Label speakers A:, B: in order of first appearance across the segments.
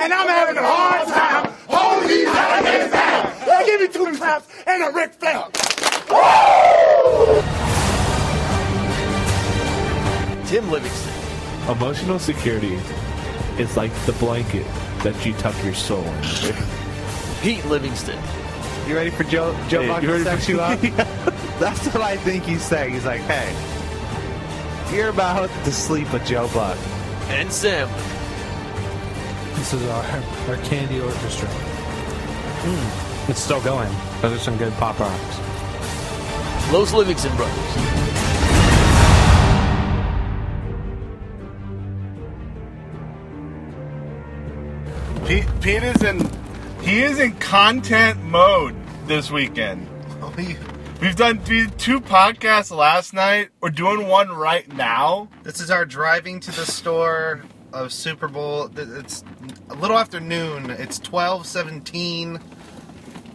A: a hard time. Hold these alligators down. Now give me two of them claps and a Ric Flair.
B: Tim Livingston.
C: Emotional security is like the blanket that you tuck your soul in.
B: Pete Livingston.
D: You ready for Joe? Joe
C: Hey,
D: Buck
C: you
D: to
C: ready
D: sex
C: for-
D: you up? That's what I think he's saying. He's like, hey, you're about to sleep with Joe Buck.
B: And Sim.
E: This is our, our candy orchestra. It's still going. Those are some good pop rocks.
B: Los Livingston Brothers.
F: Pete, Pete is in he is in content mode this weekend. We've done th- two podcasts last night. We're doing one right now.
G: This is our driving to the store of Super Bowl. Th- It's a little after noon. It's 12:17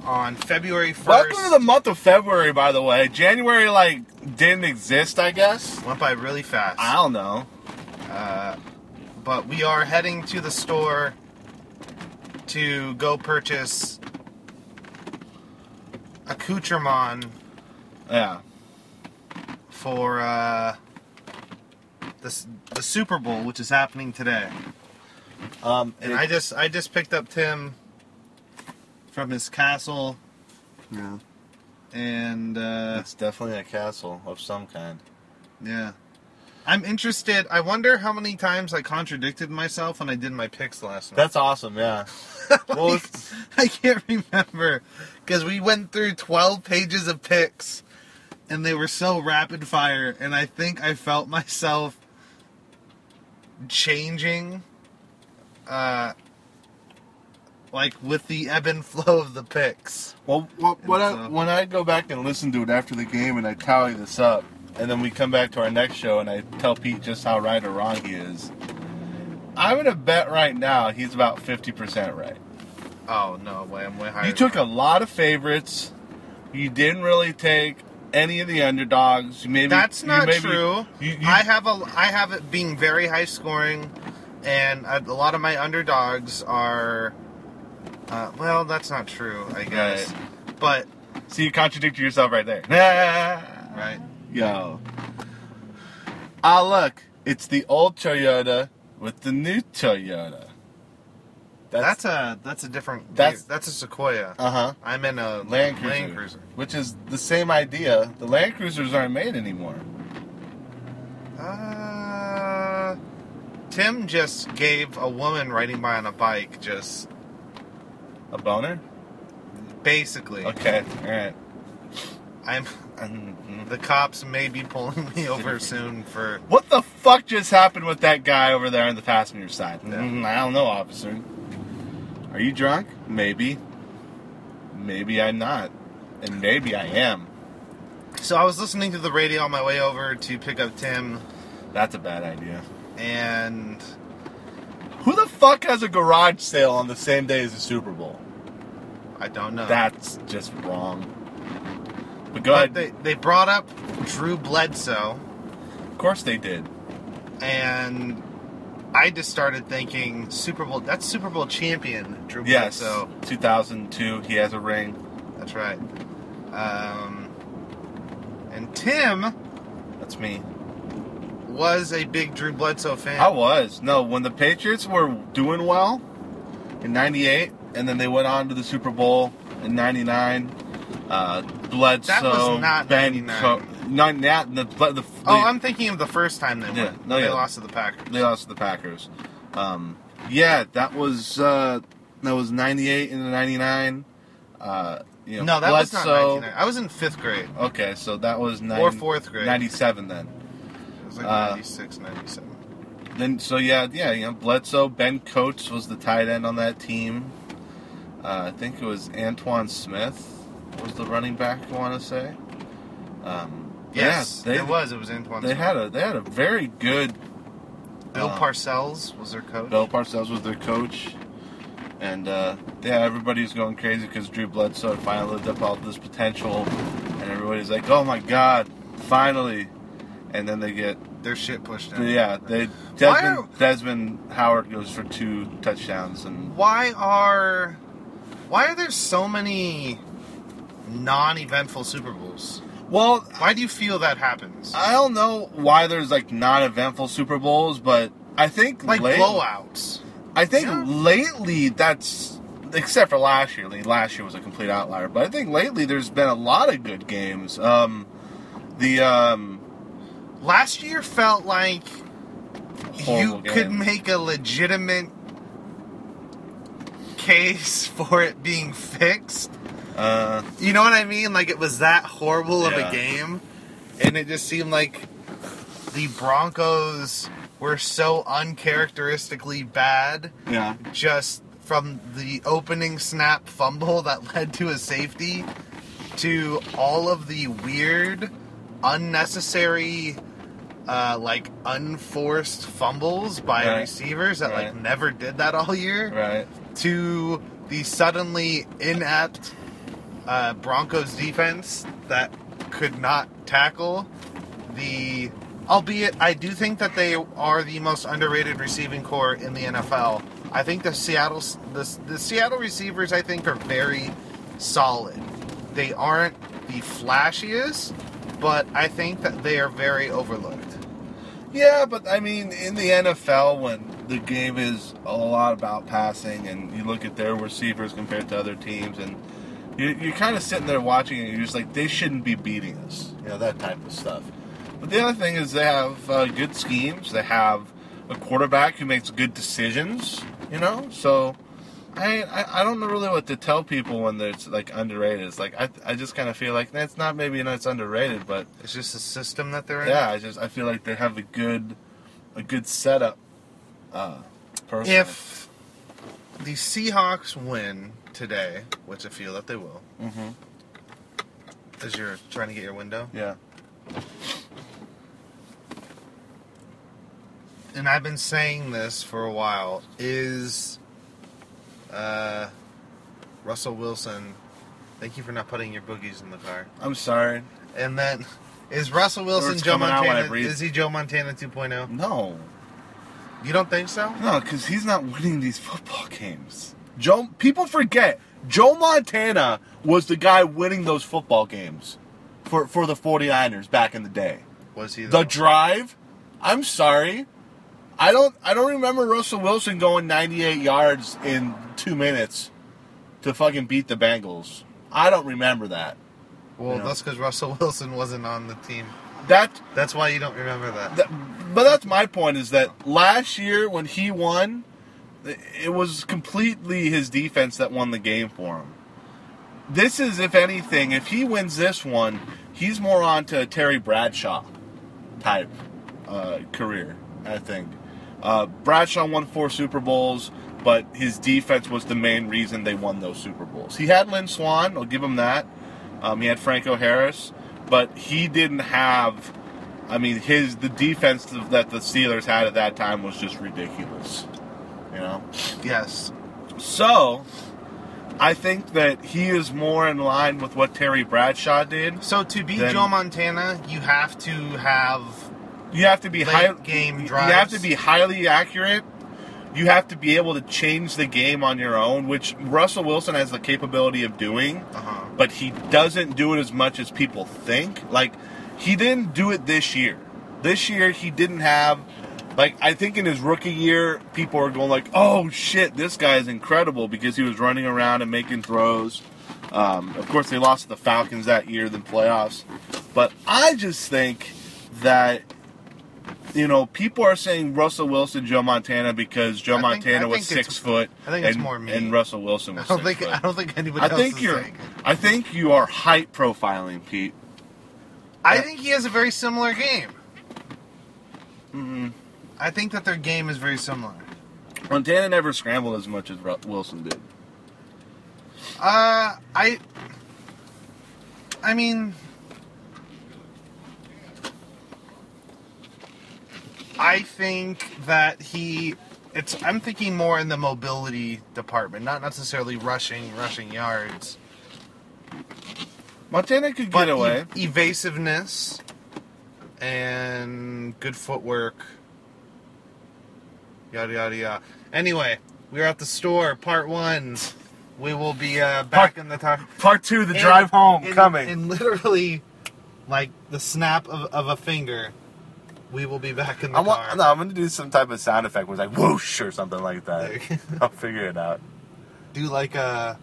G: on February 1st.
F: Welcome to the month of February, by the way. January like didn't exist, I guess.
G: Went by really fast.
F: I don't know.
G: But we are heading to the store to go purchase accoutrement
F: Yeah.
G: for uh, the s- the Super Bowl, which is happening today.
F: Um,
G: And I just I just picked up Tim from his castle.
F: Yeah.
G: And uh,
F: it's definitely a castle of some kind.
G: Yeah. I'm interested. I wonder how many times I contradicted myself when I did my picks last night.
F: That's awesome. Yeah. well, it's-
G: I can't remember because we went through 12 pages of picks and they were so rapid fire and I think I felt myself changing uh like with the ebb and flow of the picks.
F: Well, well when,
G: And
F: I,
G: so-
F: when I go back and listen to it after the game and I tally this up, and then we come back to our next show and I tell Pete just how right or wrong he is, I'm going to bet right now he's about 50% right.
G: Oh no way, I'm way higher.
F: You
G: than
F: took a
G: that.
F: lot of favorites. You didn't really take any of the underdogs. You maybe
G: That's
F: you
G: not
F: maybe-
G: true.
F: You, you,
G: I have a I have it being very high scoring, and a, a lot of my underdogs are. Uh, well, that's not true, I guess. But
F: see, you contradicted yourself right there.
G: right,
F: Yo. Ah, look, it's the old Toyota with the new Toyota.
G: that's, a that's a different.
F: That's-
G: That's that's a Sequoia.
F: uh huh.
G: I'm in a
F: Land Cruiser,
G: Land Cruiser.
F: which is the same idea. The Land Cruisers aren't made anymore.
G: Uh, Tim just gave a woman riding by on a bike just
F: A boner?
G: basically.
F: Okay, all right.
G: I'm.
F: Mhm.
G: The cops may be pulling me over soon for.
F: What the fuck just happened with that guy over there on the passenger side?
G: Yeah.
F: Mm, I don't know, officer. Are you drunk? Maybe. Maybe I'm not, and maybe I am.
G: So I was listening to the radio on my way over to pick up Tim,
F: That's a bad idea.
G: and
F: Who the fuck has a garage sale on the same day as the Super Bowl?
G: I don't know.
F: That's just wrong. But go
G: but
F: ahead.
G: they, they brought up Drew Bledsoe,
F: of course they did.
G: and I just started thinking Super Bowl. That's Super Bowl champion Drew
F: Yes.
G: Bledsoe.
F: 2002. He has a ring.
G: That's right. Um, and Tim
F: That's me.
G: was a big Drew Bledsoe fan. Oh,
F: I was. No, when the Patriots were doing well in 98, and then they went on to the Super Bowl in 99, uh, Bledsoe,
G: That was not
F: Ben
G: 99.
F: Co- not, not the, the, the,
G: oh, I'm thinking of the first time they
F: Yeah,
G: went.
F: no,
G: they
F: yeah.
G: lost to the Packers.
F: they lost to the Packers. Um, yeah, that was, uh, that was 98 and 99. Uh, you know,
G: No, that was not
F: Bledsoe-
G: 1990. I was in fifth grade.
F: Okay, so that was nine,
G: Or fourth grade.
F: 97 then.
G: It was like
F: Uh,
G: 96, 97.
F: Then so yeah, yeah, you know, Bledsoe, Ben Coates was the tight end on that team. Uh, I think it was Antoine Smith was the running back. I want to say. Um,
G: Yes,
F: yeah, they,
G: it was. It was Antoine.
F: They
G: Smith.
F: had a they had a very good
G: Bill
F: uh,
G: Parcells was their coach.
F: Bill Parcells was their coach, and uh, yeah, everybody's going crazy because Drew Bledsoe finally lived up all this potential, and everybody's like, "Oh my God, finally!" And then they get
G: their shit pushed in.
F: Yeah, they Desmond, Desmond Howard goes for two touchdowns and
G: Why are why are there so many non-eventful Super Bowls?
F: well,
G: Why do you feel that happens?
F: I don't know why there's like non-eventful Super Bowls, but I think
G: like
F: late-
G: blowouts.
F: I think
G: Yeah.
F: lately that's except for last year. like, Last year was a complete outlier, but I think lately there's been a lot of good games. Um, the um,
G: Last year felt like you
F: horrible
G: could
F: game.
G: make a legitimate case for it being fixed.
F: uh,
G: You know what I mean? Like it was that horrible of
F: Yeah.
G: a game, and it just seemed like the Broncos were so uncharacteristically bad
F: yeah.
G: just from the opening snap fumble that led to a safety to all of the weird, unnecessary, uh, like unforced fumbles by
F: Right.
G: receivers that
F: Right.
G: like never did that all year
F: Right.
G: to the suddenly inept uh, Broncos defense that could not tackle the. Albeit, I do think that they are the most underrated receiving core in the NFL. I think the Seattle the, the Seattle receivers I think are very solid. They aren't the flashiest, but I think that they are very overlooked.
F: Yeah, but I mean, in the NFL, when the game is a lot about passing, and you look at their receivers compared to other teams, and you, you're kind of sitting there watching, and you're just like, they shouldn't be beating us, you know, that type of stuff. But the other thing is, they have uh, good schemes. They have a quarterback who makes good decisions, you know. So I I, I don't know really what to tell people when they're like underrated. It's like I I just kind of feel like that's not maybe not it's underrated, but
G: It's just a system that they're in.
F: yeah, I just I feel like they have a good, a good setup. Uh, personally.
G: if the Seahawks win today, which I feel that they will,
F: Mhm.
G: as you're trying to get your window,
F: yeah,
G: and I've been saying this for a while, is uh, Russell Wilson. Thank you for not putting your boogies in the car.
F: I'm sorry.
G: And then, is Russell Wilson
F: It's
G: Joe
F: coming out when I
G: Montana?
F: breathe.
G: Is he Joe Montana 2.0?
F: No,
G: You don't think so?
F: no, because he's not winning these football games. Joe, people forget Joe Montana was the guy winning those football games for for the 49ers back in the day.
G: Was he
F: The
G: though?
F: drive. I'm sorry. I don't I don't remember Russell Wilson going 98 yards in 2 minutes to fucking beat the Bengals. I don't remember that.
G: well,
F: No.
G: that's because Russell Wilson wasn't on the team.
F: That,
G: That's why you don't remember that.
F: that but that's my point is that last year when he won it was completely his defense that won the game for him. This is if anything, if he wins this one, he's more on to a Terry Bradshaw type uh, career, I think. Uh, Bradshaw won four Super Bowls, but his defense was the main reason they won those Super Bowls. He had Lynn Swan, I'll give him that. Um, he had Franco Harris, but he didn't have. I mean, his the defense that the Steelers had at that time was just ridiculous. You know,
G: yes,
F: so I think that he is more in line with what Terry Bradshaw did.
G: So to be
F: Then-
G: Joe Montana, you have to have
F: You have to be
G: Late
F: high
G: game
F: You
G: drives.
F: have to be highly accurate. You have to be able to change the game on your own, which Russell Wilson has the capability of doing,
G: Uh-huh.
F: but he doesn't do it as much as people think. Like he didn't do it this year. This year he didn't have like I think in his rookie year, people are going like, "Oh shit, this guy is incredible" because he was running around and making throws. Um, of course, they lost to the Falcons that year, the playoffs. But I just think that you know people are saying Russell Wilson, Joe Montana because Joe
G: I think-
F: Montana
G: I
F: was
G: think it's-
F: six foot,
G: I think it's
F: and,
G: more me.
F: and Russell Wilson
G: I
F: was.
G: don't
F: six
G: think I
F: foot.
G: don't think anybody
F: I
G: else
F: think
G: is
F: you're.
G: saying it.
F: I think you are height profiling, Pete.
G: I think he has a very similar game.
F: Mm-hmm.
G: I think that their game is very similar.
F: Montana never scrambled as much as Ru- Wilson did.
G: Uh, I. I mean, I think that he. It's. I'm thinking more in the mobility department, not necessarily rushing, rushing yards.
F: Montana could get
G: but
F: away.
G: e- evasiveness and good footwork. Yada yada yada. Anyway, we're at the store. Part one. We will be uh, back
F: Part-
G: in the time.
F: Part two, the
G: In-
F: drive home
G: in-
F: coming.
G: In literally, like the snap of, of a finger, we will be back in the
F: I
G: car.
F: want, no, I'm gonna do some type of sound effect where it's like whoosh or something like that.
G: There.
F: I'll figure it out.
G: Do like a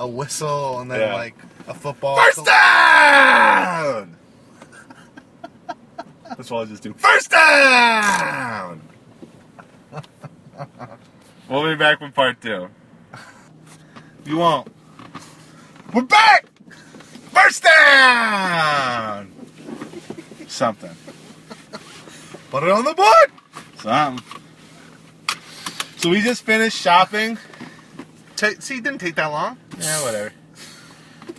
G: a whistle and then
F: Yeah.
G: like a football.
F: First down! That's what I'll just do. First down! we'll be back with part two. You won't. We're back! First down! Something. Put it on the board! Something. So we just finished shopping.
G: Ta- see, it didn't take that long.
F: Yeah, Eh, whatever.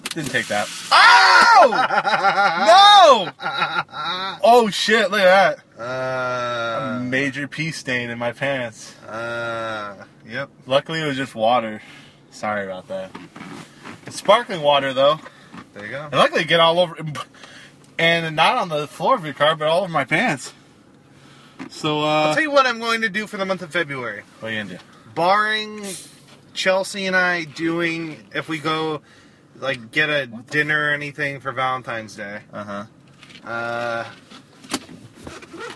F: Didn't take that. Oh no! Oh shit! Look at that.
G: Uh,
F: Major pee stain in my pants.
G: uh, yep.
F: Luckily, it was just water. Sorry about that. It's sparkling water though.
G: There you go.
F: And luckily, it get all over, and not on the floor of your car, but all over my pants. So,
G: I'll
F: uh,
G: tell you what I'm going to do for the month of February.
F: what are you gonna do?
G: Barring Chelsea and I doing, if we go, like, get a dinner or anything for Valentine's Day,
F: Uh huh.
G: uh,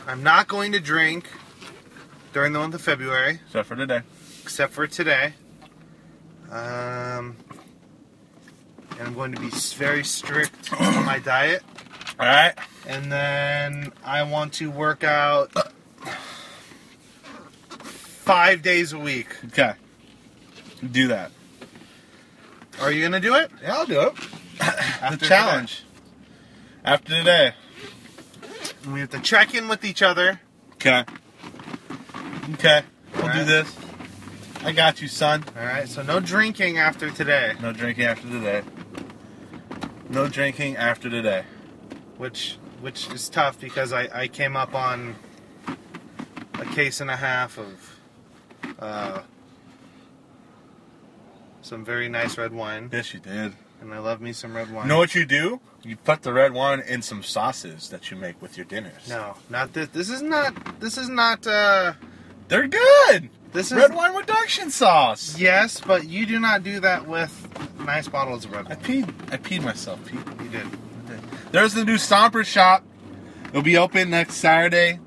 G: I'm not going to drink during the month of February,
F: Except for today.
G: except for today. Um, and I'm going to be s- very strict on my diet.
F: All right.
G: And then I want to work out five days a week.
F: Okay. Do that.
G: Are you gonna do it?
F: Yeah, I'll do it.
G: After
F: the challenge. After today.
G: today. We have to check in with each other.
F: Okay. Okay. We'll do
G: Alright.
F: this. I got you, son.
G: All right. So no drinking after today,
F: No drinking after today. No drinking after today.
G: which which is tough because I I came up on a case and a half of uh, some very nice red wine,
F: Yes, you did.
G: and I love me some red wine.
F: You know what you do? You put the red wine in some sauces that you make with your dinners.
G: No, not this. This is not. This is not. uh
F: They're good.
G: This is
F: Red wine reduction sauce.
G: Yes, but you do not do that with nice bottles of red
F: I
G: wine.
F: peed. I peed myself. Pete.
G: You did.
F: There's the new Stomper shop. It'll be open next Saturday,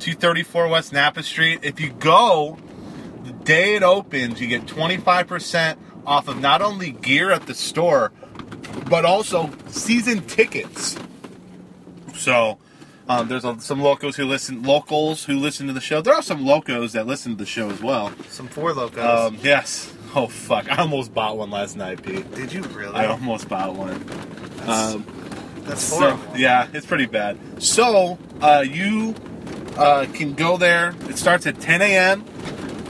F: 234 West Napa Street. If you go the day it opens, you get 25% off of not only gear at the store, but also season tickets. So um, there's a, some locals who listen, locals who listen to the show. There are some locos that listen to the show as well.
G: Some four locos.
F: Um, yes. Oh fuck! I almost bought one last night, Pete.
G: did you really?
F: I almost bought one. Um,
G: That's
F: so-
G: horrible.
F: yeah, it's pretty bad. So uh, you uh, can go there. It starts at 10 a.m.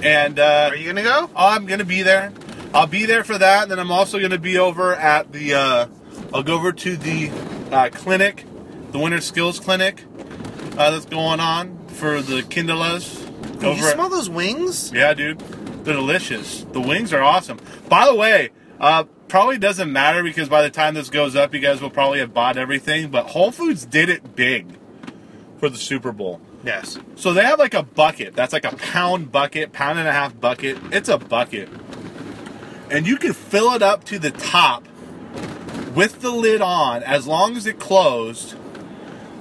F: And uh,
G: Are you gonna go?
F: I'm gonna be there. I'll be there for that. And then I'm also gonna be over at the. Uh, I'll go over to the uh, clinic, the Winter Skills Clinic uh, that's going on for the Kindalas.
G: Did you smell those wings?
F: Yeah, dude. They're delicious. The wings are awesome. By the way, uh, probably doesn't matter because by the time this goes up, you guys will probably have bought everything. But Whole Foods did it big for the Super Bowl.
G: Yes.
F: So they have like a bucket. That's like a pound bucket, pound and a half bucket. It's a bucket. And you can fill it up to the top with the lid on as long as it closed.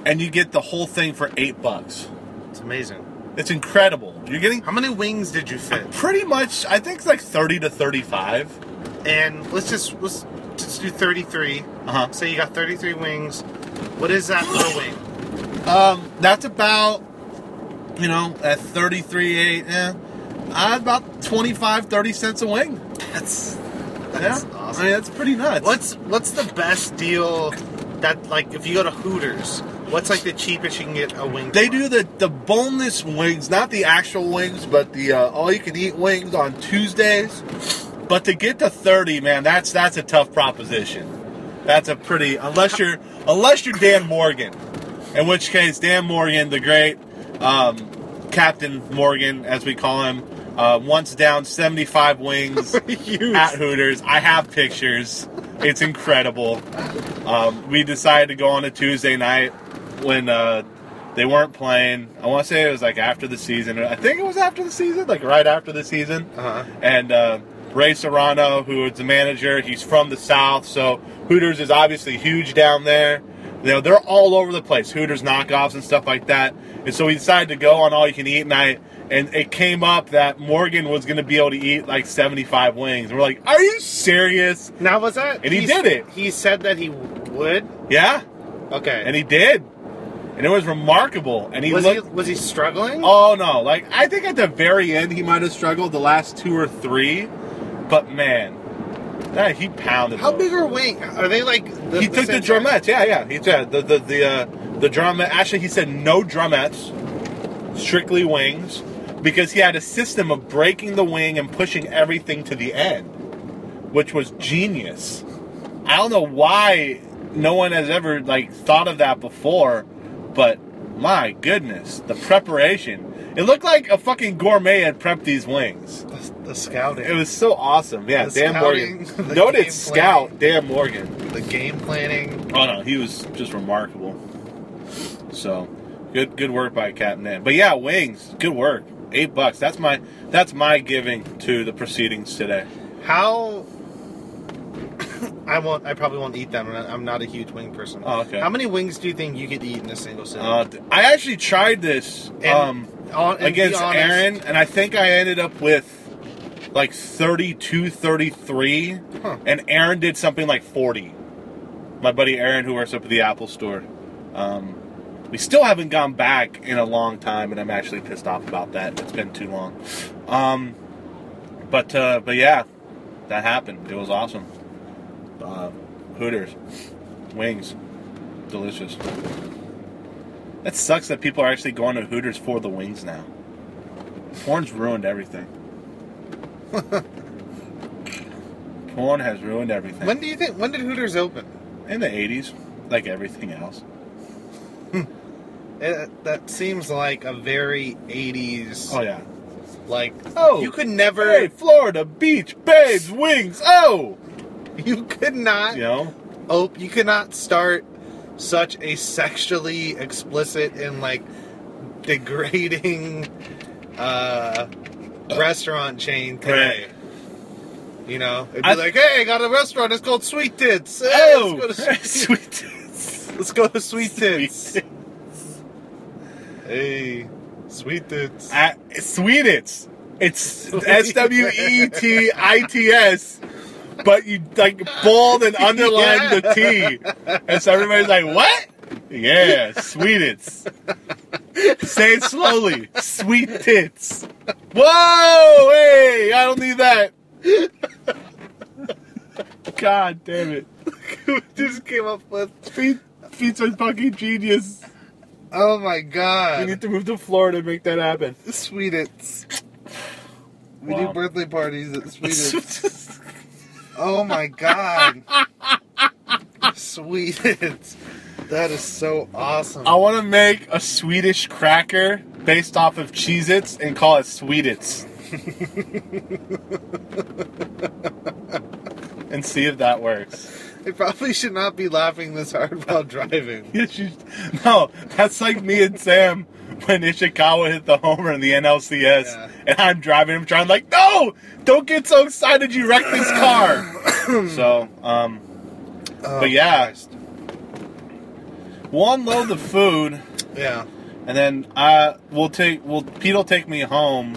F: And you get the whole thing for eight bucks.
G: It's amazing.
F: It's incredible. You're getting
G: How many wings did you fit?
F: pretty much i think it's like 30 to 35
G: And let's just let's just do 33.
F: Uh-huh.
G: So you got 33 wings. What is that per wing?
F: um that's about you know at 33 8 eh, uh, about 25 30 cents a wing
G: That's
F: yeah i mean that's pretty nuts
G: What's what's the best deal that like if you go to Hooters, what's like the cheapest you can get a wing?
F: they
G: for?
F: do the the boneless wings not the actual wings but the uh, all you can eat wings on tuesdays but to get to 30 man that's that's a tough proposition that's a pretty unless you're unless you're dan morgan in which case dan morgan the great um, captain morgan as we call him uh, once down 75 wings at hooters i have pictures it's incredible um, we decided to go on a tuesday night when uh, they weren't playing. I want to say it was like after the season. I think it was after the season, like right after the season.
G: Uh-huh.
F: And uh, Ray Serrano, who is the manager, he's from the South, so Hooters is obviously huge down there. You know, they're all over the place, Hooters knockoffs and stuff like that. And so we decided to go on All You Can Eat night, and it came up that Morgan was going to be able to eat like 75 wings. And we're like, are you serious?
G: Now was that?
F: And he did it.
G: He said that he would.
F: Yeah.
G: Okay.
F: And he did. And it was remarkable. And he
G: was
F: looked.
G: he was he struggling?
F: Oh no! Like I think at the very end he might have struggled the last two or three, but man, that he pounded.
G: How
F: those.
G: big are wing? Are they like? The,
F: he took the
G: same size?
F: drumettes. Yeah, yeah. He said the the the uh, the drumette. Actually, he said no drumettes, strictly wings, because he had a system of breaking the wing and pushing everything to the end, which was genius. I don't know why no one has ever like thought of that before, but my goodness, the preparation. It looked like a fucking gourmet had prepped these wings.
G: The, the scouting.
F: It was so awesome. Yeah,
G: The
F: Dan
G: scouting,
F: Morgan.
G: the
F: Noted
G: game
F: scout Dan Morgan.
G: the game planning.
F: Oh no, he was just remarkable. So, good good work by Captain Dan. But yeah, wings, good work. Eight bucks. That's my that's my giving to the proceedings today.
G: How? I won't. I probably won't eat them. I'm not- I'm not a huge wing person.
F: Oh, okay.
G: How many wings do you think you could eat in a single sitting?
F: Uh, I actually tried this
G: And-
F: um,
G: on- and be
F: against
G: honest.
F: Aaron, and I think I ended up with like 32, 33,
G: Huh.
F: and Aaron did something like 40. My buddy Aaron, who works up at the Apple store. Um, we still haven't gone back in a long time, and I'm actually pissed off about that. It's been too long. Um, but uh, but yeah, that happened. It was awesome. Uh, Hooters, wings, delicious. That sucks that people are actually going to Hooters for the wings now. Porn's ruined everything. Porn has ruined everything.
G: When do you think? When did Hooters open?
F: In the 80s, like everything else.
G: Eh, that seems like a very '80s.
F: Oh, yeah.
G: Like
F: Oh.
G: you could never.
F: Hey, Florida Beach, babes, wings, oh!
G: You could not.
F: You know?
G: Oh, you could not start such a sexually explicit and like degrading uh, restaurant chain today. You know, it'd be
F: I-
G: like, hey, I got a restaurant. It's called Sweet Tits. Hey,
F: Oh!
G: let's, go to Sweet,
F: Sweet.
G: let's go to Sweet Tits.
F: Sweet.
G: Hey, Sweet Tits.
F: I- Sweet it's. It's S W E T I T S, but you like bold and underline the T. And so everybody's like, what? Yeah, sweet it's. Say it slowly. Sweet tits. Whoa! Hey, I don't need that. God damn it.
G: Just came up with.
F: Feet, feet's a fucking genius.
G: Oh my
F: We
G: god,
F: need to move to Florida and make that happen.
G: Sweet Tits. We
F: Wow.
G: do birthday parties at Sweet Tits. Oh my god. Sweet. That is so awesome.
F: I want to make a Swedish cracker based off of Cheez Its and call it Sweetits. and see if that works.
G: I probably should not be laughing this hard while driving.
F: Yes, you- no, that's like me and Sam when Ishikawa hit the homer in the NLCS.
G: Yeah.
F: And I'm driving him trying, like, no! Don't get so excited, you wreck this car! so, um,
G: Oh,
F: But yeah.
G: Christ.
F: we'll unload the food.
G: Yeah.
F: and then I will take will Pete'll take me home.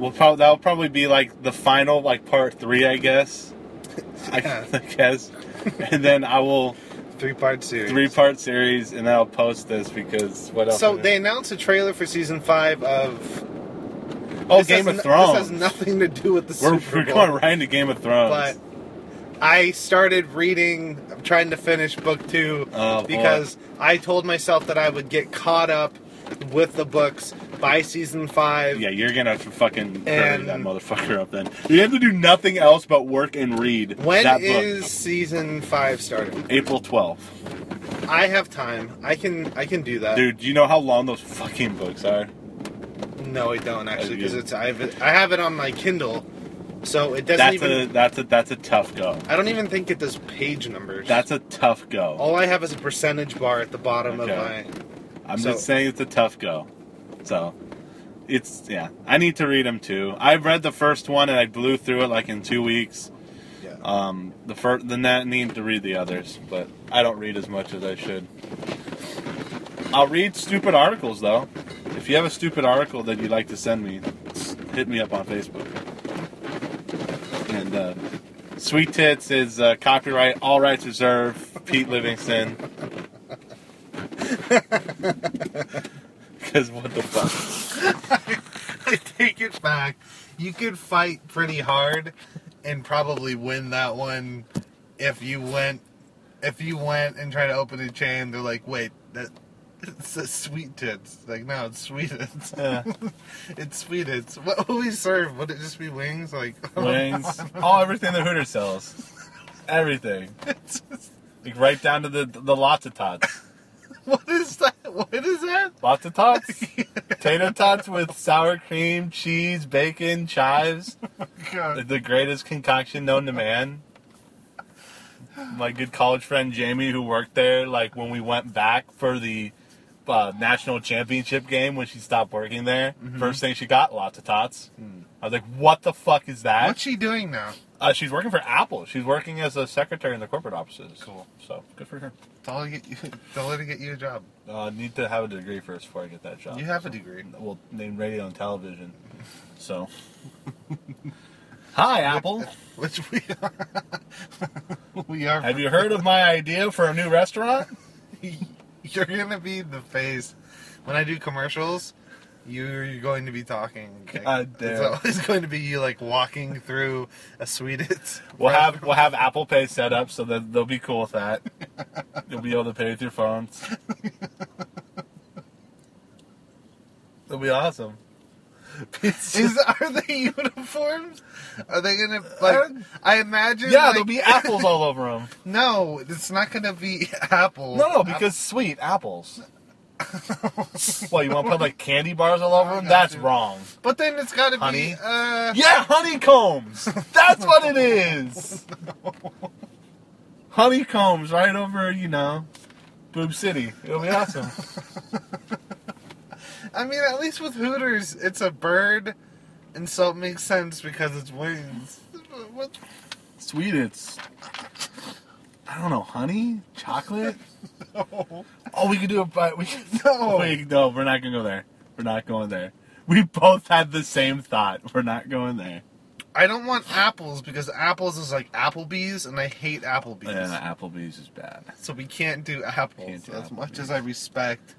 F: We'll probably that'll probably be like the final like part three, I guess. I, I guess, and then I will
G: Three part series.
F: three part series, and I'll post this because what else?
G: So they announced a trailer for season five of
F: oh
G: this
F: Game of
G: has no-
F: Thrones.
G: This has nothing to do with the
F: we're,
G: Super
F: we're
G: Bowl,
F: going right into Game of Thrones.
G: But I started reading. I'm trying to finish book two
F: Oh, boy.
G: because I told myself that I would get caught up with the books by season five.
F: yeah, you're gonna have to fucking bury that
G: And-
F: motherfucker up. Then you have to do nothing else but work and read
G: When is
F: that book.
G: season five starting?
F: April 12th.
G: I have time. I can I can do that.
F: Dude, you know how long those fucking books are?
G: No, I don't actually
F: Okay.
G: because it's I have it, I have it on my Kindle, So it doesn't
F: That's
G: even.
F: a that's a that's a tough go.
G: I don't even think it does page numbers.
F: That's a tough go.
G: all I have is a percentage bar at the bottom
F: Okay.
G: of my.
F: I'm
G: so-
F: just saying it's a tough go. So it's yeah. I need to read them too. I read the first one and I blew through it like in two weeks.
G: Yeah.
F: Um, the first then I need to read the others, but I don't read as much as I should. I'll read stupid articles though. If you have a stupid article that you'd like to send me, s- hit me up on Facebook. And uh, Sweet Tits is uh, copyright, all rights reserved, Pete Livingston. Because what the fuck?
G: I take it back. You could fight pretty hard and probably win that one if you went if you went and tried to open a chain. They're like, wait, that it says sweet tits. Like, no, it's sweet tits. it's sweet tits. What would we serve? Would it just be wings? Like,
F: Wings, all everything the Hooter sells, everything, like right down to the the lots of tots,
G: what is that? What is that?
F: lots of tots, potato tots with sour cream, cheese, bacon, chives.
G: God.
F: the greatest concoction known to man. My good college friend Jamie, who worked there, like when we went back for the uh, national championship game when she stopped working there, first thing she got lots of tots. I was like, "What the fuck is that?"
G: What's she doing now?
F: uh, she's working for Apple. She's working as a secretary in the corporate offices. Cool. So good for her.
G: Tell her to get you. Tell her to get you a job.
F: Uh, I need to have a degree first before I get that job.
G: You have a degree.
F: well, named radio and television. So, hi Apple.
G: Which we are. we are.
F: Have you heard of my idea for a new restaurant?
G: You're gonna be the face when I do commercials. You're going to be talking. Like,
F: God damn.
G: It's always going to be you like walking through a suite. It's
F: We'll have we'll have Apple Pay set up so that they'll be cool with that. You'll be able to pay with your phones. It'll be awesome.
G: Is, are they uniforms? Are they gonna like? I imagine.
F: Uh, Yeah,
G: like-
F: there'll be apples all over them.
G: No, it's not gonna be Apple.
F: No, no, because sweet apples. What you want to put like candy bars all over them? That's wrong.
G: But then it's gotta
F: Honey?
G: be. Uh,
F: Yeah, honeycombs. That's what it is. Honeycombs right over, you know, Boob City. It'll be awesome.
G: I mean, at least with Hooters, it's a bird, and so it makes sense because it's wings. What?
F: Sweet, it's. I don't know, honey, chocolate. Oh, we could do a bite. We could,
G: No.
F: Wait, no, we're not gonna go there. We're not going there. We both had the same thought. We're not going there.
G: I don't want apples because apples is like Applebee's, and I hate Applebee's.
F: Yeah, Applebee's is bad.
G: So we can't do apples
F: Can't do
G: as
F: Applebee's.
G: much as I respect.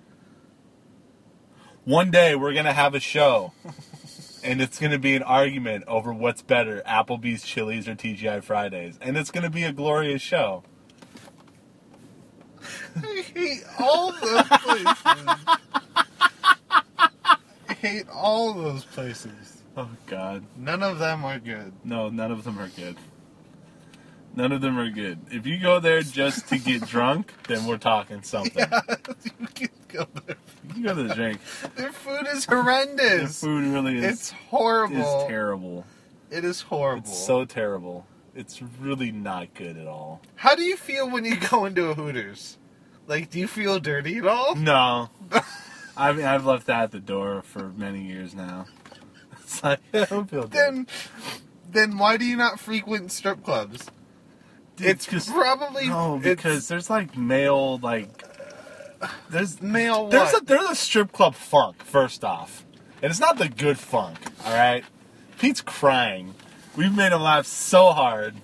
F: One day we're gonna have a show, and it's gonna be an argument over what's better, Applebee's, Chili's, or TGI Fridays, and it's gonna be a glorious show.
G: I hate all those places. I hate all those places.
F: Oh God.
G: None of them are good.
F: No, none of them are good. None of them are good. If you go there just to get drunk, then we're talking something.
G: you can go there.
F: You go to the drink.
G: Their food is
F: The
G: horrendous.
F: food really is
G: it's horrible.
F: is terrible.
G: It is horrible.
F: It's so terrible. It's really not good at all.
G: How do you feel when you go into a Hooters? Like, do you feel dirty at all?
F: No. I mean I've left that at the door for many years now. It's like I don't feel good.
G: Then, then why do you not frequent strip clubs?
F: Dude,
G: it's
F: 'cause-
G: probably
F: No,
G: it's-
F: because there's like male like there's
G: Male
F: There's
G: what?
F: a there's a strip club funk first off, and it's not the good funk. All right, Pete's crying. We've made him laugh so hard.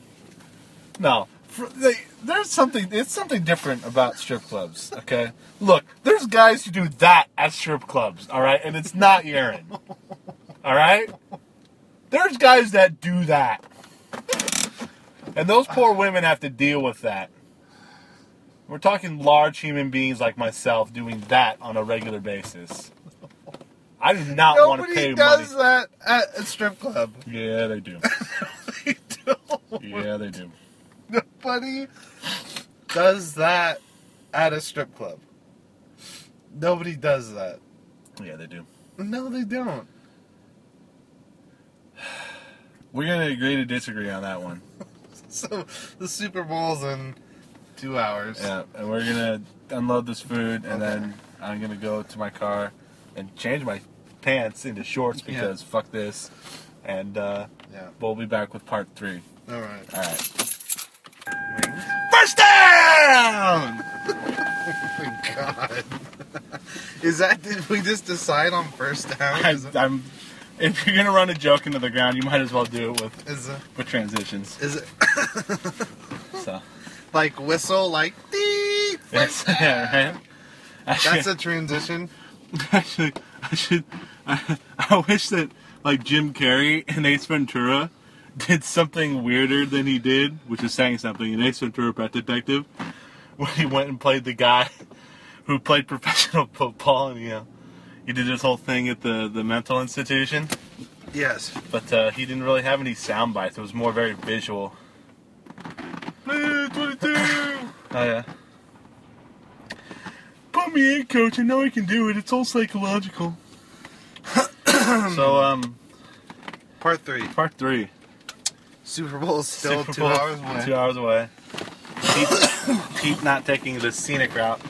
F: No, fr- they, there's something. It's something different about strip clubs. Okay, look, there's guys who do that at strip clubs. All right, and it's not urine. All right, there's guys that do that, and those poor women have to deal with that. We're talking large human beings like myself doing that on a regular basis. I do not want to pay
G: nobody does
F: money.
G: that at a strip club.
F: Yeah, they do.
G: They don't.
F: Yeah, they do.
G: Nobody does that at a strip club. Nobody does that.
F: Yeah, they do.
G: No, they don't.
F: We're gonna agree to disagree on that one.
G: So the Super Bowl's in two hours.
F: Yeah, and we're gonna unload this food, and then I'm gonna go to my car and change my pants into shorts because fuck this. And uh,
G: Yeah.
F: we'll be back with part three.
G: All right.
F: All right.
G: First down! oh my god. Is that did we just decide on first down?
F: I'm,
G: Is it,
F: I'm, if you're gonna run a joke into the ground, you might as well do it with
G: is it,
F: with transitions.
G: is it
F: So
G: like whistle like dee?
F: yes, yeah, right. Actually-
G: That's a transition.
F: Actually, I should. I, I wish that like Jim Carrey in Ace Ventura did something weirder than he did, which is saying something in Ace Ventura: Pet Detective, when he went and played the guy who played professional football, and you know, he did this whole thing at the the mental institution.
G: Yes.
F: But uh, he didn't really have any sound bites. It was more very visual. Twenty-two. oh yeah. Put me in, coach. I know I can do it. It's all psychological. so um,
G: Part three.
F: part three.
G: Super Bowl is still
F: Super
G: two
F: Bowl,
G: hours away.
F: Two hours away. Pete, Pete not taking the scenic route.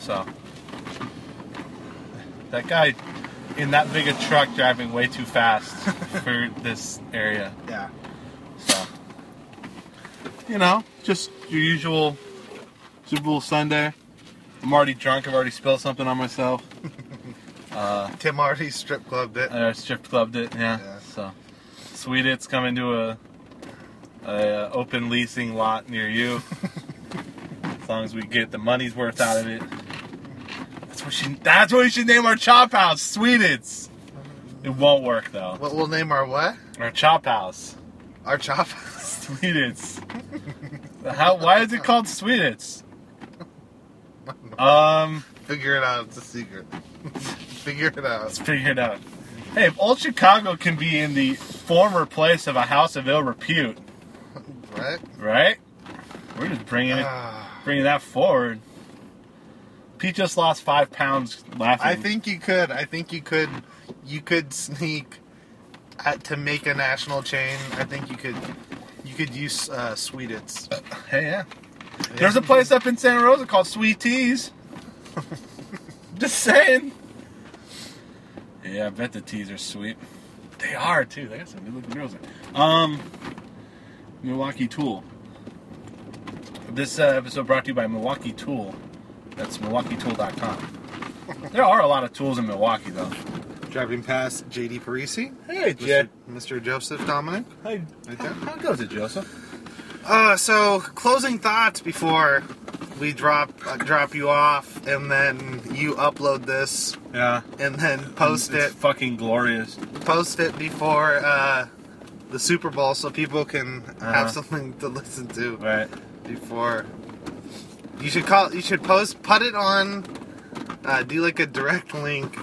F: So that guy in that big a truck driving way too fast for this area.
G: Yeah.
F: So, you know, just your usual Super Bowl Sunday. I'm already drunk. I've already spilled something on myself.
G: Tim already strip clubbed it.
F: I strip clubbed it. Yeah.
G: Yeah.
F: So, sweet, it's coming to a, a uh, open leasing lot near you. as long as we get the money's worth out of it. That's what she. That's what we should name our chop house, sweet. It's. It won't work though.
G: What we'll name our what?
F: Our chop house.
G: Our chop.
F: Sweetits. How? Why is it called Sweetits? Um,
G: Figure it out. It's a secret. Figure it out.
F: let's figure it out. Hey, if old Chicago can be in the former place of a house of ill repute,
G: What?
F: right? We're just bringing it,
G: Ah.
F: bringing that forward. Pete just lost five pounds laughing.
G: I think you could. I think you could. You could sneak at, to make a national chain. I think you could. You could use uh, Sweetits.
F: Hey, yeah. There's a place up in Santa Rosa called Sweet Teas. Just saying. Yeah, I bet the teas are sweet. They are too. They got some good looking girls. there. Um, Milwaukee Tool. This uh, episode brought to you by Milwaukee Tool. That's MilwaukeeTool.com. There are a lot of tools in Milwaukee, though.
G: Driving past JD Parisi,
F: Hey,
G: Mr. Mr. Joseph Dominic.
F: Hey,
G: Right there.
F: how goes it, Joseph?
G: Uh, so closing thoughts before we drop uh, drop you off, and then you upload this,
F: Yeah,
G: and then post
F: it's
G: it.
F: fucking glorious.
G: Post it before uh, the Super Bowl, so people can
F: Uh-huh.
G: have something to listen to.
F: Right.
G: before. You should call. You should post. Put it on. Uh, do like a direct link.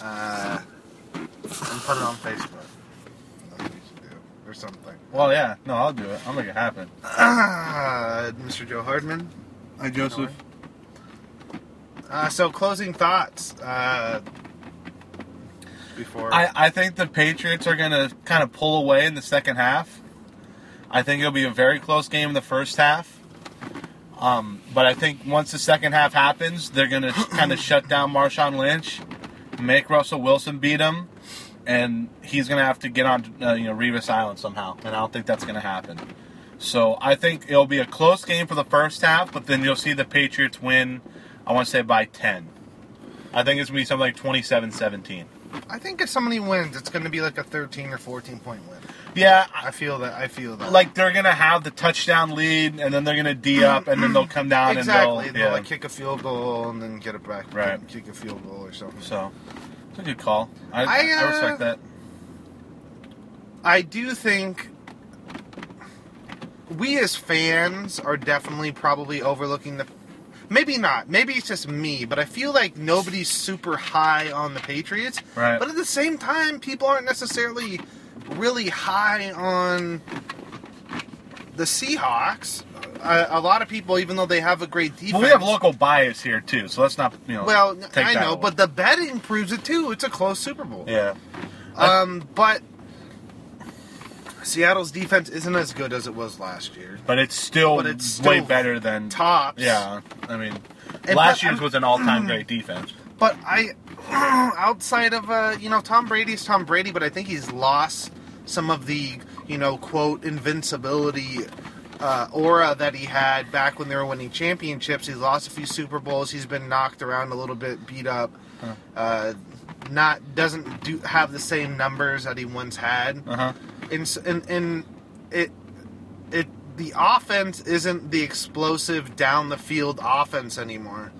G: Uh, and put it on Facebook. That's what you should do, or something.
F: Well, yeah. No, I'll do it. I'll make it happen.
G: Uh, Mr. Joe Hardman.
F: Hi, Joseph.
G: Uh, so closing thoughts. Uh, before.
F: I, I think the Patriots are going to kind of pull away in the second half. I think it'll be a very close game in the first half. Um, but I think once the second half happens, they're going to kind of shut down Marshawn Lynch, make Russell Wilson beat him, and he's going to have to get on uh, you know Revis Island somehow. And I don't think that's going to happen. So I think it'll be a close game for the first half, but then you'll see the Patriots win. I want to say by ten. I think it's going to be something like 27-17.
G: I think if somebody wins, it's going to be like a 13 or 14 point win.
F: Yeah, I-
G: I feel that. I feel that.
F: like they're gonna have the touchdown lead, and then they're gonna d up, and then they'll come down
G: exactly.
F: and
G: And
F: they'll,
G: they'll,
F: yeah.
G: like kick a field goal and then get it back.
F: Right.
G: Kick a field goal or something.
F: so it's a good call. I,
G: I,
F: I,
G: uh,
F: respect that.
G: I do think we as fans are definitely probably overlooking the. Maybe not. Maybe it's just me, but I feel like nobody's super high on the Patriots.
F: Right.
G: But at the same time, people aren't necessarily really high on the Seahawks. A, a lot of people, even though they have a great defense,
F: Well, we have local bias here too, so let's not you know.
G: Well,
F: take
G: I
F: that
G: know,
F: away.
G: but the betting proves it too. It's a close Super Bowl.
F: yeah,
G: Um, but Seattle's defense isn't as good as it was last year.
F: But it's still,
G: But it's
F: way
G: still
F: better than
G: Tops.
F: Yeah, I mean,
G: And-
F: last
G: but
F: year's
G: I'm-
F: was an all-time great defense.
G: But I, outside of uh, you know, Tom Brady's Tom Brady, but I think he's lost some of the you know quote invincibility uh, aura that he had back when they were winning championships. He's lost a few Super Bowls. He's been knocked around a little bit, beat up. Uh, not doesn't do have the same numbers that he once had.
F: Uh-huh.
G: And, s- and and it it the offense isn't the explosive down the field offense anymore.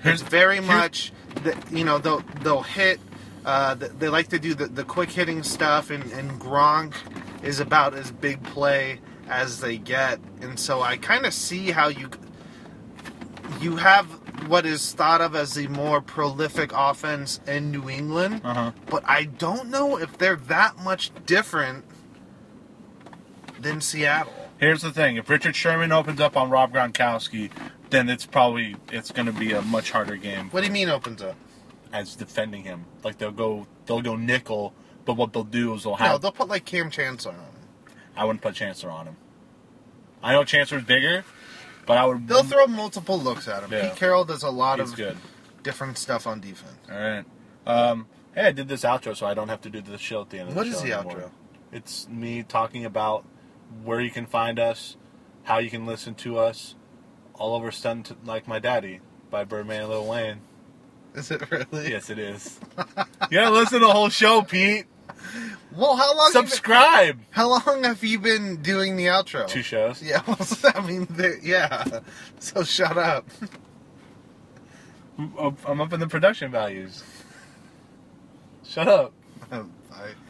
F: Here's-
G: it's very
F: here-
G: much the, you know they'll they'll hit. Uh, th- they like to do the, the quick hitting stuff, and, and Gronk is about as big play as they get. And so I kind of see how you you have what is thought of as the more prolific offense in New England,
F: Uh-huh.
G: but I don't know if they're that much different than Seattle.
F: Here's the thing: if Richard Sherman opens up on Rob Gronkowski, then it's probably it's going to be a much harder game
G: What do you mean opens up?
F: as defending him. Like they'll go they'll go nickel, but what they'll do is they'll
G: No,
F: have
G: they'll put like Cam Chancellor on.
F: I wouldn't put Chancellor on him. I know Chancellor's bigger, but I would
G: They'll throw multiple looks at him.
F: Yeah.
G: Pete Carroll does a lot
F: He's
G: of
F: good.
G: different stuff on defense.
F: All right. Um, hey, I did this outro, so I don't have to do the show at the end of
G: What
F: the
G: is
F: show.
G: the
F: anymore.
G: outro?
F: It's me talking about where you can find us, how you can listen to us, all over "Stunned to- Like My Daddy" by Birdman and Lil Wayne.
G: Is it really?
F: Yes, it is. you gotta listen to the whole show, Pete.
G: Well, how long? have you been-
F: Subscribe.
G: how long have you been doing the outro?
F: Two shows.
G: Yeah, well, I mean, they're- yeah. So shut up.
F: I'm up- I'm up in the production values. Shut up.
G: I-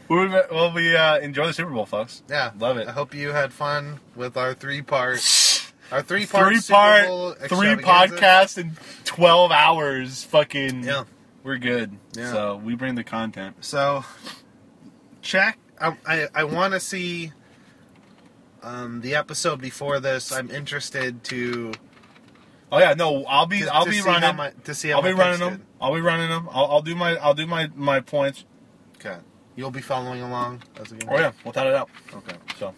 F: We, well, we uh, enjoy the Super Bowl, folks.
G: yeah,
F: Love it.
G: I hope you had fun with our three part, our three part,
F: three part, three
G: podcasts.
F: podcasts in twelve hours. Fucking,
G: Yeah.
F: we're good.
G: Yeah.
F: So we bring the content.
G: So check. I I, I want to see um, the episode before this. I'm interested to.
F: Oh yeah, no, I'll be,
G: to-
F: I'll
G: to
F: be
G: see how
F: running.
G: my- to see how
F: I'll be
G: my picks
F: running them. I'll be running them. I'll, I'll do my, I'll do my, my points.
G: did. Okay, you'll be following along. As we go.
F: Oh yeah, without a doubt.
G: Okay.
F: So,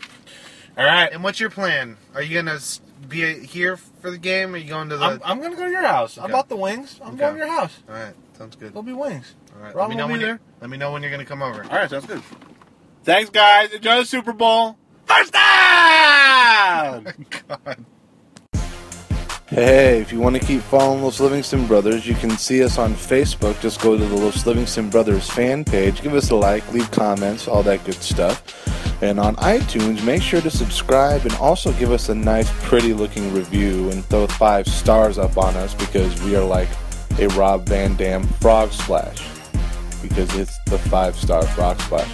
F: all right,
G: And what's your plan? Are you gonna s- be here for the game? Or are you going to the?
F: I'm, I'm gonna go to your house. I
G: Okay.
F: bought the wings. I'm
G: Okay.
F: going to your house.
G: All right, sounds good.
F: There'll be wings.
G: All right, let
F: Rob
G: me
F: will
G: know
F: be
G: when
F: there.
G: you're, let me know when you're gonna come over.
F: All right, sounds good. Thanks, guys. Enjoy the Super Bowl. First down.
H: Hey, if you want to keep following Los Livingston Brothers, you can see us on Facebook. Just go to the Los Livingston Brothers fan page, give us a like, leave comments, all that good stuff. And on iTunes, make sure to subscribe and also give us a nice, pretty looking review and throw five stars up on us because we are like a Rob Van Dam frog splash because it's the five star frog splash.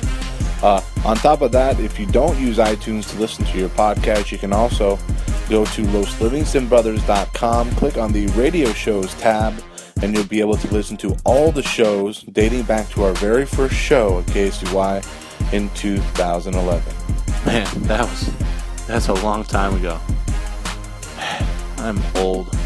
H: Uh, on top of that, if you don't use iTunes to listen to your podcast, you can also go to loslivingstonbrothers.com, click on the radio shows tab, and you'll be able to listen to all the shows dating back to our very first show at KSUY in 2011.
I: Man, that was that's a long time ago. I'm old.